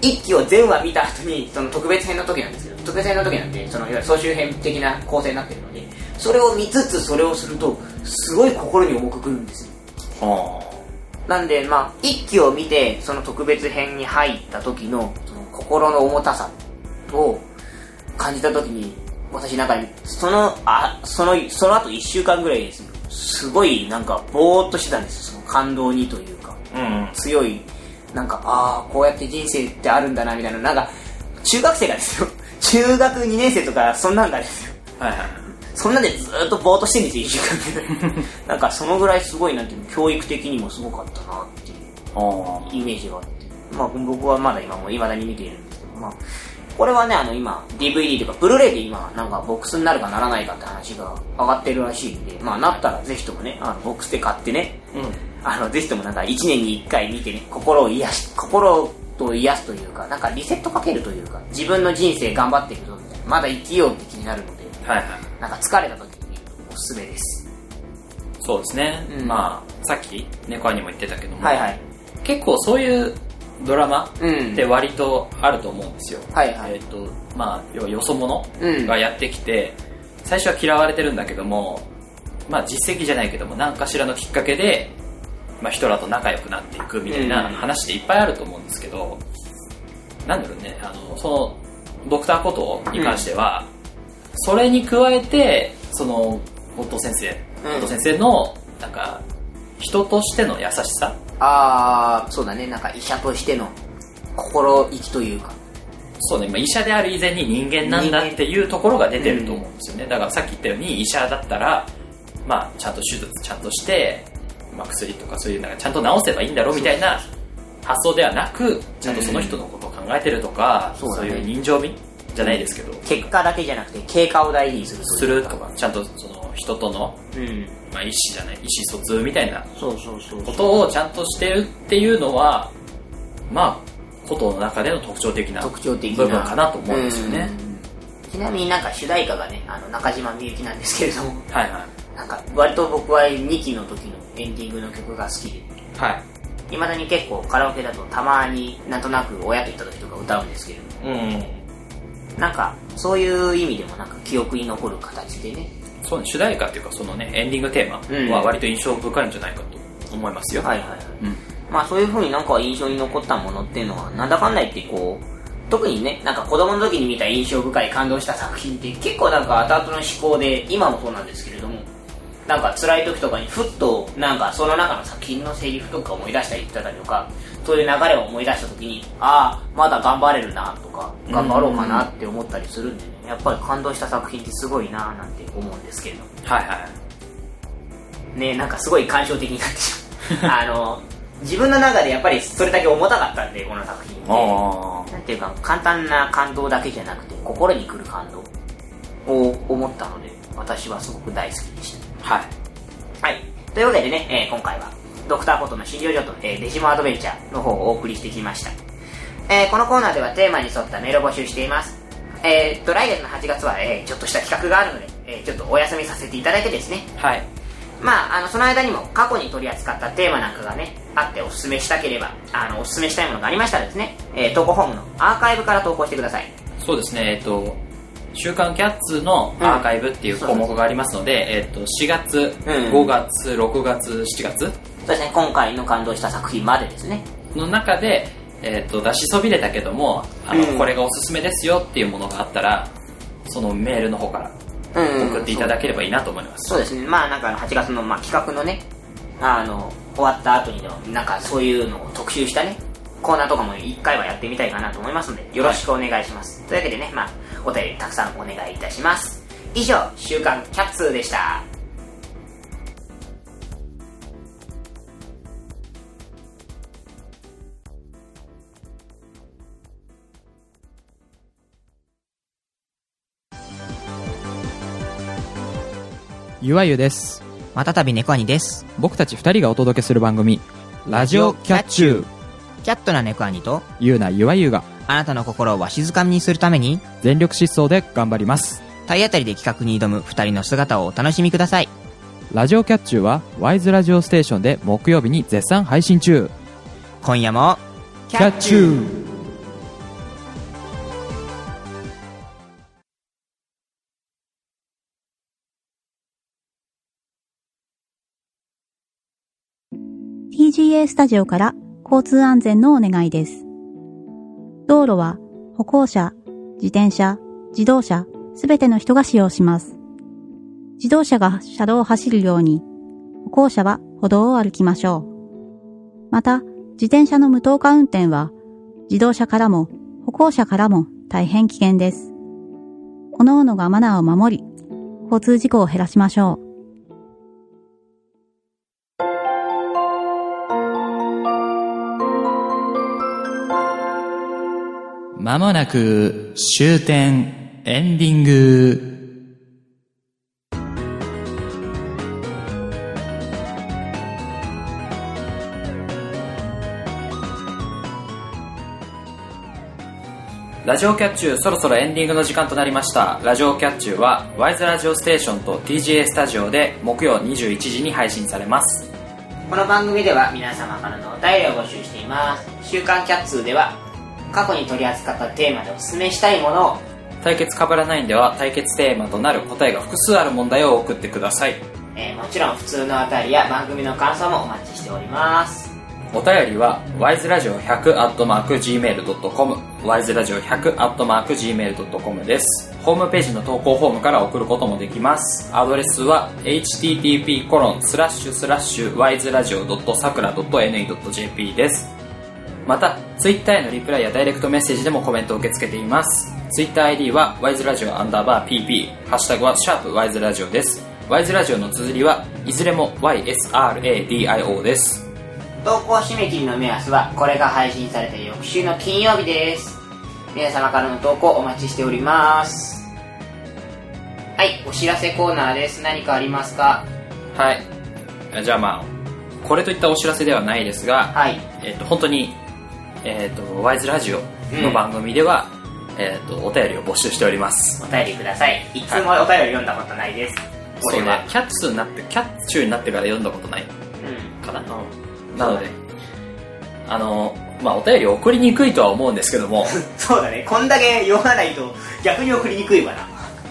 S2: 一期を全話見た後にその特別編の時なんですけど特別編の時なんでそのいわゆる総集編的な構成になってるのでそれを見つつそれをするとすごい心に重くくるんですよ
S3: おー
S2: なんでまあ一期を見てその特別編に入った時のその心の重たさを感じた時に私なんかそのあそのその後1週間ぐらいですよすごいなんかぼーっとしてたんですよその感動にというか
S3: うんうん
S2: 強いなんかああこうやって人生ってあるんだなみたいななんか中学生がですよ 中学2年生とかそんなんがですよ
S3: はいはい
S2: そんなんでずーっとぼーっとしてるんですよ1週間ぐらいなんかそのぐらいすごいなんていうの教育的にもすごかったなっていう
S3: おー
S2: イメージがあってまあ僕はまだ今もいまだに見ているんですけどまあこれはねあの今 DVD とかブルーレイで今なんかボックスになるかならないかって話が上がってるらしいんでまあなったらぜひともねあのボックスで買ってね
S3: うん
S2: あの、ぜひともなんか一年に一回見てね、心を癒し、心と癒すというか、なんかリセットかけるというか、自分の人生頑張っていくぞみたいな、まだ生きようって気になるので、
S3: はいはい
S2: なんか疲れた時に見るとおすすめです。
S3: そうですね、
S2: うん
S3: まあさっき猫にも言ってたけども、
S2: はいはい。
S3: 結構そういうドラマ
S2: うん。
S3: って割とあると思うんですよ、
S2: はいはい
S3: えっ、とまあ要はよそ者
S2: うん
S3: がやってきて、最初は嫌われてるんだけどもまあ実績じゃないけども何かしらのきっかけで、まあ、人らと仲良くなっていくみたいな
S2: うん
S3: 話っていっぱいあると思うんですけど、なんだろうねあのそのドクターことに関しては、それに加えてその後藤先生
S2: うん
S3: 後藤先生のなんか人としての優しさ
S2: あー、そうだね、なんか医者としての心意気というか。
S3: そうね、まあ、医者である以前に人間なんだっていうところが出てると思うんですよね、だからさっき言ったように医者だったら、まあ、ちゃんと手術ちゃんとして、まあ、薬とかそういうなんかちゃんと治せばいいんだろうみたいな発想ではなくちゃんとその人のことを考えてるとか、
S2: そうだ
S3: そう
S2: ね
S3: いう人情味じゃないですけど、
S2: 結果だけじゃなくて、経過を大事にすると
S3: す
S2: いう
S3: る
S2: か。
S3: とかちゃんとその人との
S2: うん。
S3: まあ、意思じゃない意思疎通みたいな
S2: そうそうそう
S3: こ
S2: そう
S3: とをちゃんとしてるっていうのはまあ琴の中での特徴的な
S2: 特徴的な
S3: 部分かなと思うんですよね
S2: うんちなみになんか主題歌がねあの中島みゆきなんですけれども
S3: はいはい
S2: なんか割と僕は2期の時のエンディングの曲が好きで
S3: はい
S2: いまだに結構カラオケだとたまになんとなく親と行った時とか歌うんですけれども
S3: うん
S2: なんかそういう意味でもなんか記憶に残る形でね
S3: そうね主題歌っていうかそのねエンディングテーマは割と印象深いんじゃないかと思いますよ、
S2: はいはいはい
S3: うん
S2: まあそういう風になんか印象に残ったものっていうのは、なんだかんだ言ってこう、特にね、なんか子供の時に見た印象深い感動した作品って結構なんか後々の思考で、今もそうなんですけれども、なんか辛い時とかにふっとなんかその中の作品のセリフとか思い出したり言ったりとか、そういう流れを思い出した時に、ああ、まだ頑張れるなとか、頑張ろうかなって思ったりするんでね、やっぱり感動した作品ってすごいななんて思うんですけれども。
S3: はいはい
S2: ねなんかすごい感傷的になってしまう あの自分の中でやっぱりそれだけ重たかったんでこの作品っ
S3: あ
S2: てなんていうか簡単な感動だけじゃなくて心に来る感動を思ったので私はすごく大好きでし
S3: あはい
S2: たはいというわけでね、えー今回はドクターコトの新情所と、えーデジモンアドベンチャーの方をお送りしてきました、えーこのコーナーではテーマに沿ったメールを募集していますえーっと来月の8月は、えーちょっとした企画があるので、えーちょっとお休みさせていただいてですね
S3: はい
S2: まあ、あのその間にも過去に取り扱ったテーマなんかがねあっておすすめしたければあのおすすめしたいものがありましたらですね、えー投稿フォームのアーカイブから投稿してください
S3: そうですね、えっと、週刊キャッツのアーカイブっていう項目がありますので、えっと、4月、
S2: うん
S3: 5月、6月、7月
S2: そうですね今回の感動した作品までですね
S3: の中で、えっと、出しそびれたけども、あの、
S2: うん
S3: これがおすすめですよっていうものがあったら、そのメールの方から
S2: うん
S3: 送っていただければいいなと思います。
S2: そうですねまあなんかあの8月の、まあ、企画のねあの終わった後にでもなんかそういうのを特集したねコーナーとかも1回はやってみたいかなと思いますのでよろしくお願いします、というわけでねまあお便りたくさんお願いいたします以上「週刊キャッツー」でした
S1: ゆわゆです。
S2: またたび猫兄です
S1: 僕たち二人がお届けする番組、ラジオキャッチュー。
S2: キャットな猫兄と
S1: ゆうなゆわゆが
S2: あなたの心をわしづかみにするために
S1: 全力疾走で頑張ります。
S2: 体当たりで企画に挑む2人の姿をお楽しみください
S1: ラジオキャッチューは、ワイズラジオステーションで木曜日に絶賛配信中。
S2: 今夜もキ
S1: ュー
S6: ー TGA スタジオから交通安全のお願いです。道路は歩行者、自転車、自動車、すべての人が使用します。自動車が車道を走るように、歩行者は歩道を歩きましょう。また、自転車の無灯化運転は、自動車からも歩行者からも大変危険です。各々がマナーを守り、交通事故を減らしましょう。
S1: まもなく終点エンディング。
S3: ラジオキャッチュー、そろそろエンディングの時間となりました。ラジオキャッチューは、ワイズラジオステーションと TGA スタジオで木曜21時に配信されます。
S2: この番組では皆様からのお便りを募集しています週刊キャッツーでは過去に取り扱ったテーマでおすすめしたいものを
S3: 対決かぶらないんでは対決テーマとなる答えが複数ある問題を送ってください
S2: えーもちろん普通のあたりや番組の感想もお待ちしております
S3: お便りは wiseradio100-gmail.com wiseradio100-gmail.com ですホームページの投稿フォームから送ることもできますアドレスは http://wiseradio.sakura.ne.jp ですまたツイッターへのリプライやダイレクトメッセージでもコメントを受け付けていますツイッター ID は wiseradio アンダーバー pp ハッシュタグはシャープ wiseradio です wise ラジオの綴りはいずれも ysradio です
S2: 投稿締め切りの目安はこれが配信された翌週の金曜日です皆様からの投稿お待ちしておりますはいお知らせコーナーです何かありますか
S3: はい。じゃあまあ、これといったお知らせではないですが、
S7: はい。
S3: えっと、本当に、えっと、ワイズラジオの番組では、えっと、お便りを募集しております。
S7: お便りください。一通もお便り読んだことないです。こ
S3: そう
S7: れ
S3: ね
S7: は。、
S3: キャッツになって、キャッチューになってから読んだことない
S7: うん。
S3: かな。なので、あの、まあ、お便り送りにくいとは思うんですけど も、
S7: そうだね。こんだけ読まないと逆に送りにくいわ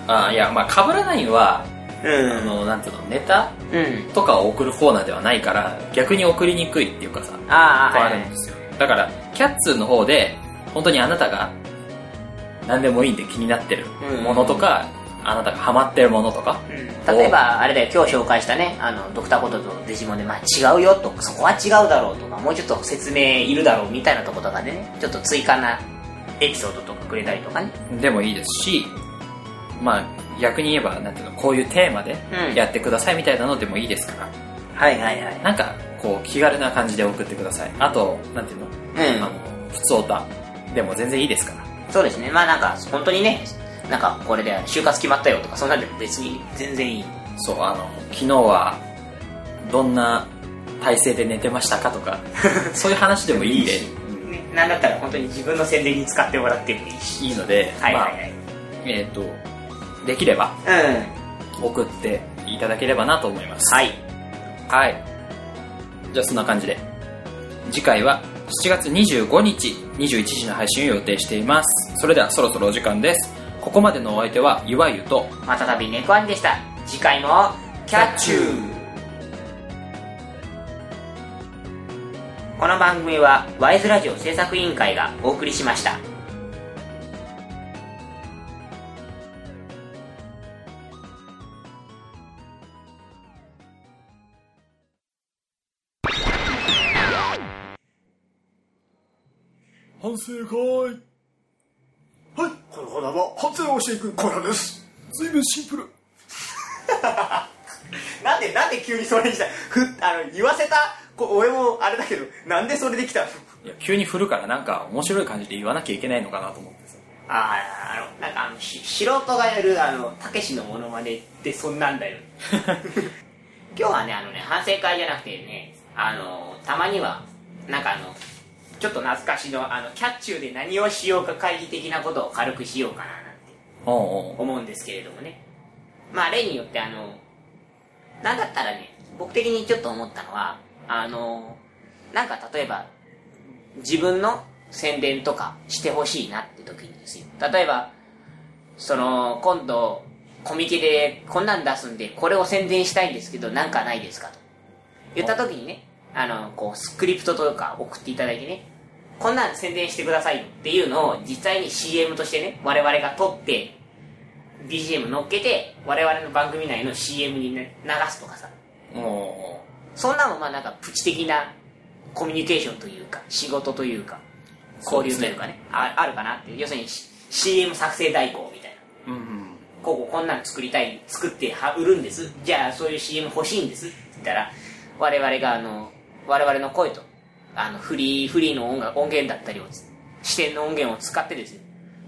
S7: な。
S3: あいや、まあ、かぶらないのは、
S7: う
S3: あの、なんていうの、ネタ
S7: うん。
S3: とかを送るコーナーではないから、逆に送りにくいっていうかさ、
S7: ああ、
S3: 変わ
S7: は
S3: るん
S7: い。
S3: ですよ。だから、キャッツーの方で、本当にあなたが、何でもいいんで気になってるものとか、あなたがハマってるものとか、
S7: うん例えば、あれだよ、今日紹介したね、あの、ドクターコトとデジモンで、まあ違うよと、そこは違うだろうとか、もうちょっと説明いるだろうみたいなとことかでね、ちょっと追加なエピソードとかくれたりとかね。
S3: でもいいですし、まあ、逆に言えば、なんていうの、こういうテーマで
S7: うん
S3: やってくださいみたいなのでもいいですから、
S7: はいはいはい。
S3: なんか、こう、気軽な感じで送ってください。あと、なんていうの、
S7: うん
S3: あの、普通オタでも全然いいですから。
S7: そうですね。まあなんか、本当にね、なんかこれで就活決まったよとか、そんなんでも別に全然いい。
S3: そう、あの、昨日は、どんな体勢で寝てましたかと か、そういう話でもいいんで、
S7: ね、なんだったら本当に自分の宣伝に使ってもらってもいいし。
S3: いいので、
S7: はい
S3: ま
S7: は
S3: あ
S7: い、はい。
S3: えっ、と、できれば
S7: うん。
S3: 送っていただければなと思います。
S7: はい。
S3: はい。じゃあそんな感じで。次回は7月25日21時の配信を予定しています。それではそろそろお時間です。ここまでのお相手は、いわゆと、
S7: またたび猫兄でした。次回も、キャッチューこの番組は、ワイズラジオ制作委員会がお送りしました。
S2: 反省会はいこのコーナーは反省をしていくコーナーです随分シンプル
S7: なんで、なんで急にそれにしたふ、あの、言わせた、こ俺もあれだけど、なんでそれできたの
S3: いや急に振るからなんか面白い感じで言わなきゃいけないのかなと思ってさ。
S7: あああのなんかあのし素人がやるあのたけしのモノマネってそん なんだよ今日はねあのね反省会じゃなくてねあのたまにはなんかあのちょっと懐かしのあのキャッチューで何をしようか会議的なことを軽くしようかななんて
S3: おうおう
S7: 思うんですけれどもねまあ例によってあのなんだったらね僕的にちょっと思ったのはあのなんか例えば自分の宣伝とかしてほしいなって時にですよ例えばその今度コミケでこんなん出すんでこれを宣伝したいんですけどなんかないですかと言った時にねあのこうスクリプトとか送っていただいてねこんなん宣伝してくださいっていうのを実際に CM としてね我々が撮って BGM 乗っけて我々の番組内の CM に、ね、流すとかさ
S3: おうおう
S7: そんなのもまあなんかプチ的なコミュニケーションというか仕事というか
S3: そう
S7: 交
S3: で
S7: 流
S3: す
S7: と
S3: ね
S7: いうかねああるかなっていう要するに C- CM 作成代行みたいな
S3: うんうん。
S7: こうこうこんなん作りたい作っては売るんですじゃあそういう CM 欲しいんですって言ったら我々があの我々の声とあのフリーフリーの音楽音源だったりを視点の音源を使ってですね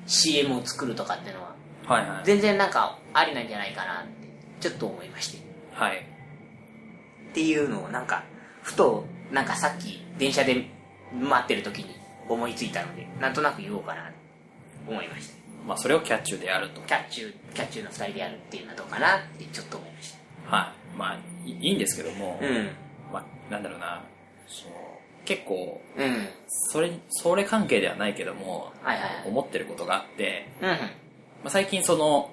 S7: CM を作るとかっていうのは
S3: はいはい。
S7: 全然なんかありなんじゃないかなってちょっと思いまして
S3: はい。
S7: っていうのをなんかふとなんかさっき電車で待ってる時に思いついたのでなんとなく言おうかなと思いました
S3: まあそれをキャッチューでやると。
S7: キャッチューキャッチューの2人でやるっていうのはどうかなってちょっと思いまし
S3: はい。まあいいいんですけども、
S7: たうん
S3: まあなんだろうな、その結構、
S7: うん
S3: それ、それ関係ではないけども、
S7: はいはいはい
S3: 思ってることがあって、
S7: うんうん
S3: まあ、最近その、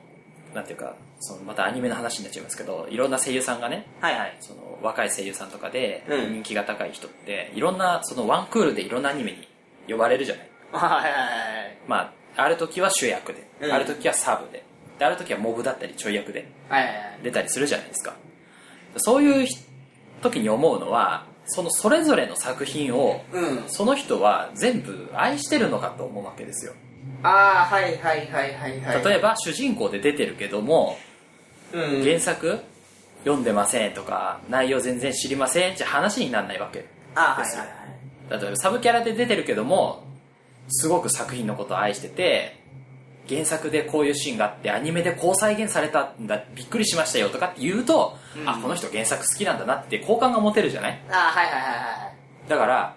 S3: なんていうか、そのまたアニメの話になっちゃいますけど、いろんな声優さんがね、
S7: はいはい
S3: その若い声優さんとかで
S7: うん
S3: 人気が高い人って、いろんな、そのワンクールでいろんなアニメに呼ばれるじゃない。
S7: はいはいはい
S3: まあ、ある時は主役で、
S7: うん
S3: ある時はサブで、である時はモブだったりちょい役で
S7: はいはいはい
S3: 出たりするじゃないですか。そういうひ時に思うのは、そのそれぞれの作品を、
S7: うん
S3: その人は全部愛してるのかと思うわけですよ。
S7: ああはいはいはいはいは
S3: 例えば主人公で出てるけども、
S7: うん
S3: 原作読んでませんとか内容全然知りませんって話にならないわけ
S7: ああはいはいはい
S3: 例えばサブキャラで出てるけどもすごく作品のことを愛してて原作でこういうシーンがあってアニメでこう再現されたんだびっくりしましたよとかって言うと、
S7: うん
S3: あこの人原作好きなんだなって好感が持てるじゃない
S7: あーはいはいはいはい
S3: だから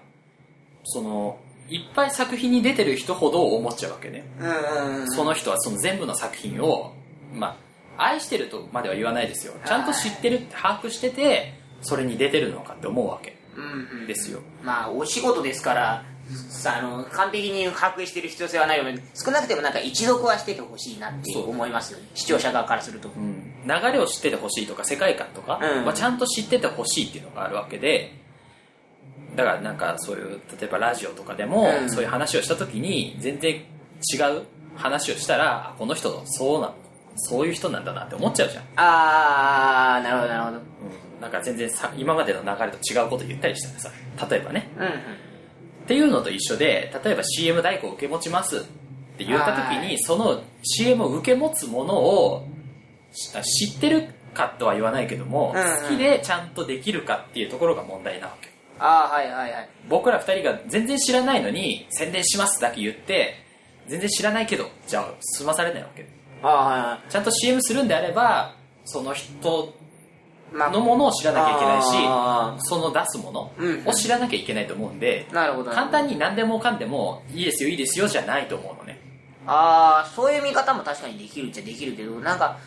S3: そのいっぱい作品に出てる人ほど思っちゃうわけね、
S7: うんうんうん
S3: その人はその全部の作品をまあ愛してるとまでは言わないですよちゃんと知ってる把握しててそれに出てるのかって思うわけ
S7: うんうん
S3: ですよ
S7: まあお仕事ですからさあの完璧に把握してる必要性はないので少なくてもなんか一読はしててほしいなって
S3: そう
S7: 思いますよね視聴者側からすると、
S3: うん流れを知っててほしいとか世界観とか
S7: うん
S3: はちゃんと知っててほしいっていうのがあるわけでだからなんかそういう例えばラジオとかでも
S7: うん
S3: そういう話をした時に全然違う話をしたらあこの人そうなそういう人なんだなって思っちゃうじゃん、
S7: ああなるほどなるほど
S3: うん、なんか全然さ今までの流れと違うこと言ったりしたらさ例えばね
S7: うんうん
S3: っていうのと一緒で例えば CM 代行を受け持ちますって言った時
S7: は
S3: にその CM を受け持つものをし知ってるかとは言わないけども、
S7: うんうん
S3: 好きでちゃんとできるかっていうところが問題なわけ
S7: ああはいはいはい
S3: 僕ら二人が全然知らないのに宣伝しますだけ言って全然知らないけどじゃあ済まされないわけ
S7: ああはいはい
S3: ちゃんと CM するんであればその人
S7: ま
S3: のものを知らなきゃいけないし
S7: あ
S3: その出すもの
S7: うん
S3: を知らなきゃいけないと思うんで
S7: ーなるほどなるほ
S3: 簡
S7: ど
S3: 単に何でもかんでもいいですよいいですよじゃないと思うのね
S7: ああそういう見方も確かにできるっちゃできるけどなんか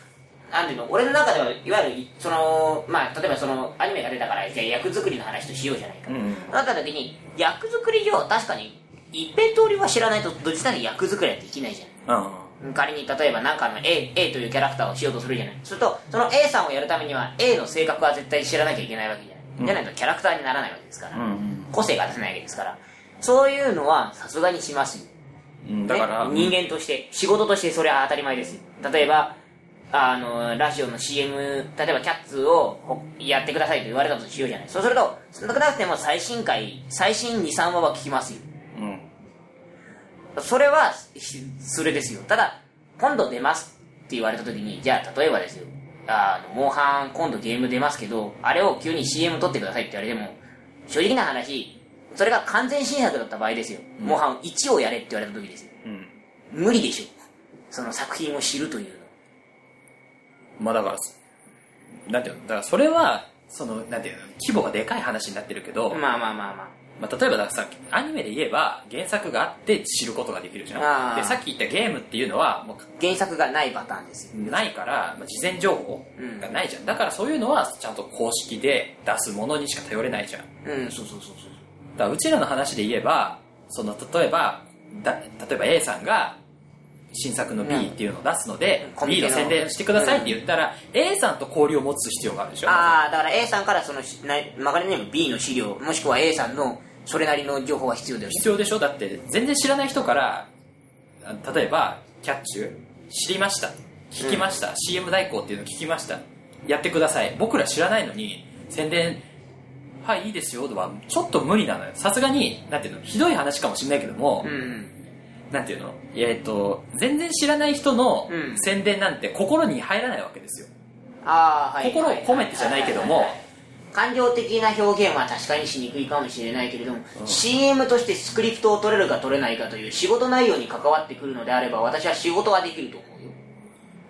S7: なんていうの俺の中ではいわゆるそのまあ例えばそのアニメが出たからじゃあ役作りの話としようじゃないか、
S3: うん
S7: なった時に役作り上確かに一辺通りは知らないとどっちかに役作りはできないじゃん
S3: う
S7: 仮に例えば何かの A, A というキャラクターをしようとするじゃないするとその A さんをやるためには A の性格は絶対知らなきゃいけないわけじゃない、
S3: うん
S7: じゃないとキャラクターにならないわけですから、
S3: ん
S7: 個性が出せないわけですからそういうのはさすがにしますよ
S3: うんだから、
S7: ね人間として仕事としてそれは当たり前ですよ例えばあのラジオの CM 例えばキャッツをほやってくださいと言われたとしようじゃないそうすると少なくなくても最新回最新23話は聞きますよ
S3: うん
S7: それはしそれですよただ今度出ますって言われた時にじゃあ例えばですよあのモンハン今度ゲーム出ますけどあれを急に CM 撮ってくださいって言われても正直な話それが完全新作だった場合ですよ、モンハン1をやれって言われた時ですよ
S3: うん
S7: 無理でしょその作品を知るという
S3: まあだからなんていうのだからそれはそのなんていうの規模がでかい話になってるけど、
S7: の
S3: ま
S7: まあまあまあま
S3: あ、例えばだからさアニメで言えば原作があって知ることができるじゃ
S7: あー
S3: んでさっき言ったゲームっていうのはもう
S7: あ原作がないパターンですよ
S3: ないから、まあ、事前情報がないじゃん、だからそういうのはちゃんと公式で出すものにしか頼れないじゃんだ
S7: うんそうそうそうそう
S3: からうちらの話で言えばその例えばだ例えば A さんが新作の B っていうのを出すので
S7: うん、コミ
S3: B
S7: ケ
S3: の
S7: の
S3: 宣伝してくださいって言ったら、A さんと交流を持つ必要があるでしょ
S7: ああだから A さんからそのしな曲がりにも B の資料もしくは A さんのそれなりの情報が必要だよね
S3: 必要でしょだって全然知らない人からあ例えば「キャッチュー」知りました聞きました、CM 代行っていうの聞きましたやってください僕ら知らないのに宣伝「はいいいですよ」とはちょっと無理なのよさすがになんていうのひどい話かもしれないけども、
S7: うん
S3: なんていうのえっ、と全然知らない人の
S7: うん
S3: 宣伝なんて心に入らないわけですよ、
S7: ああはい
S3: 心を込めてじゃないけども、
S7: 感情的な表現は確かにしにくいかもしれないけれども、CM としてスクリプトを取れるか取れないかという仕事内容に関わってくるのであれば私は仕事はできると思うよ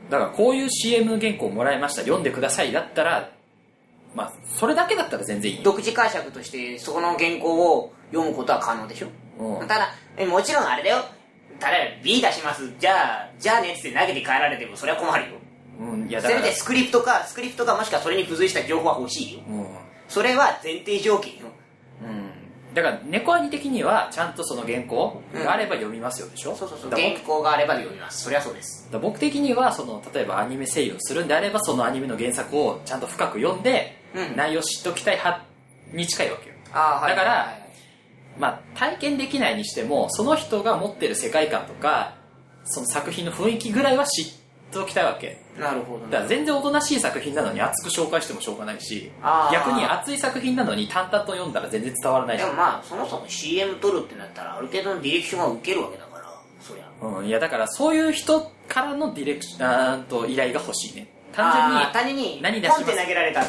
S3: だからこういう CM 原稿もらいました読んでくださいだったらまあそれだけだったら全然いいよ
S7: 独自解釈としてそこの原稿を読むことは可能でしょ
S3: うん
S7: ただえもちろんあれだよただ B 出しますじゃあじゃあねっつって投げて帰られてもそれは困るよ
S3: うん、いやだ
S7: せ
S3: か
S7: め
S3: ら
S7: てスクリプトかスクリプトかもしくはそれに付随した情報は欲しいよ
S3: うん、
S7: それは前提条件よ
S3: うん、だから猫兄的にはちゃんとその原稿があれば読みますよでしょ、
S7: そうそうそう
S3: だから
S7: 原
S3: 僕だか
S7: 稿があれば読みますそりゃそうです
S3: ら僕的にはその例えばアニメ声優をするんであればそのアニメの原作をちゃんと深く読んで、
S7: うん
S3: 内容知っときたい派に近いわけよ
S7: あ
S3: はいだからはいまあ体験できないにしてもその人が持ってる世界観とかその作品の雰囲気ぐらいは知っときたいわけ
S7: なるほど
S3: だから全然おとなしい作品なのに熱く紹介してもしょうがないし
S7: あー
S3: 逆に熱い作品なのに淡々と読んだら全然伝わらない
S7: で
S3: し
S7: もまあそもそも CM 撮るってなったらある程度のディレクションは受けるわけだからそりゃ
S3: うん、いやだからそういう人からのディレクションあーんと依頼が欲しいね単
S7: あー
S3: 純に
S7: 単純に
S3: 何出しま
S7: ポ
S3: す
S7: ンって投げられた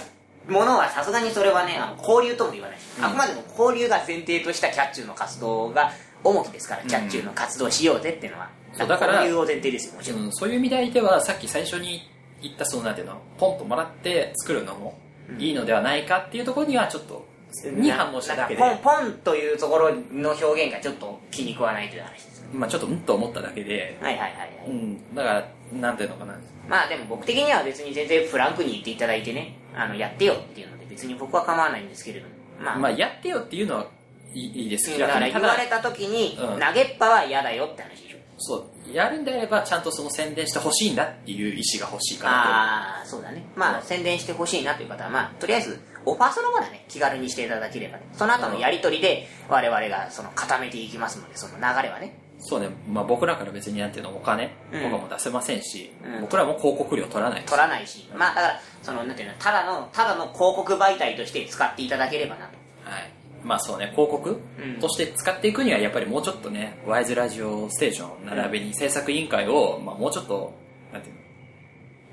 S7: ものはさすがにそれはねあの交流とも言わない、あくまでも交流が前提としたキャッチューの活動が表ですから、キャッチューの活動しようぜっていうのは、
S3: そうだから
S7: こういうお前提ですよもちろん、
S3: うん、そういう意味でではさっき最初に言ったそのなんていうのポンともらって作るのもいいのではないかっていうところにはちょっとに反応しただけで
S7: なんかポンポンというところの表現がちょっと気に食わないという話ですね
S3: まあちょっとうんと思っただけで
S7: はいはいはいはい、
S3: うんだからなんていうのかな
S7: まあでも僕的には別に全然フランクに言っていただいてねあのやってよっていうので別に僕は構わないんですけれどもまあ、
S3: まあやってよっていうのはいいいいです
S7: だから
S3: た
S7: 言われた時に、
S3: うん
S7: 投げっぱは嫌だよって話でしょ
S3: そうやるんであればちゃんとその宣伝してほしいんだっていう意思が欲しいかな
S7: ああそうだねまあ宣伝してほしいなという方はまあとりあえずオファーそのものはね気軽にしていただければねその後のやり取りで我々がその固めていきますのでその流れはね
S3: とそうね、まあ、僕らから別になんていうのお金
S7: うん
S3: 僕も出せませんし、
S7: うん
S3: 僕らも広告料取らないし
S7: 取らないしまあだからそのなんていうのただのただの広告媒体として使っていただければなと
S3: はい、まあそうね広告
S7: うん
S3: として使っていくにはやっぱりもうちょっとねワイズラジオステーション並びに制作委員会を、まあ、もうちょっとなんていうの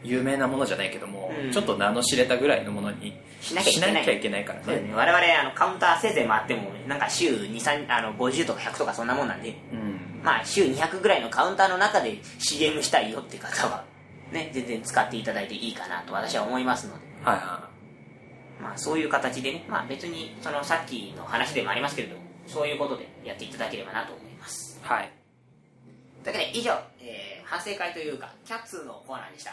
S3: 有名なものじゃないけども、
S7: うん
S3: ちょっと名の知れたぐらいのものに
S7: しなきゃいけない
S3: しけないから
S7: そうだね
S3: ね、
S7: 我々あのカウンターせいぜい回ってもなんか週23あの50とか100とかそんなもんなんで
S3: うん、
S7: まあ週200ぐらいのカウンターの中で CM したいよって方はね全然使っていただいていいかなと私は思いますので
S3: はいは
S7: まあそういう形でねまあ別にそのさっきの話でもありますけれどもそういうことでやっていただければなと思います
S3: いはい
S7: というわけで以上、えー反省会というかキャッツーのコーナーでした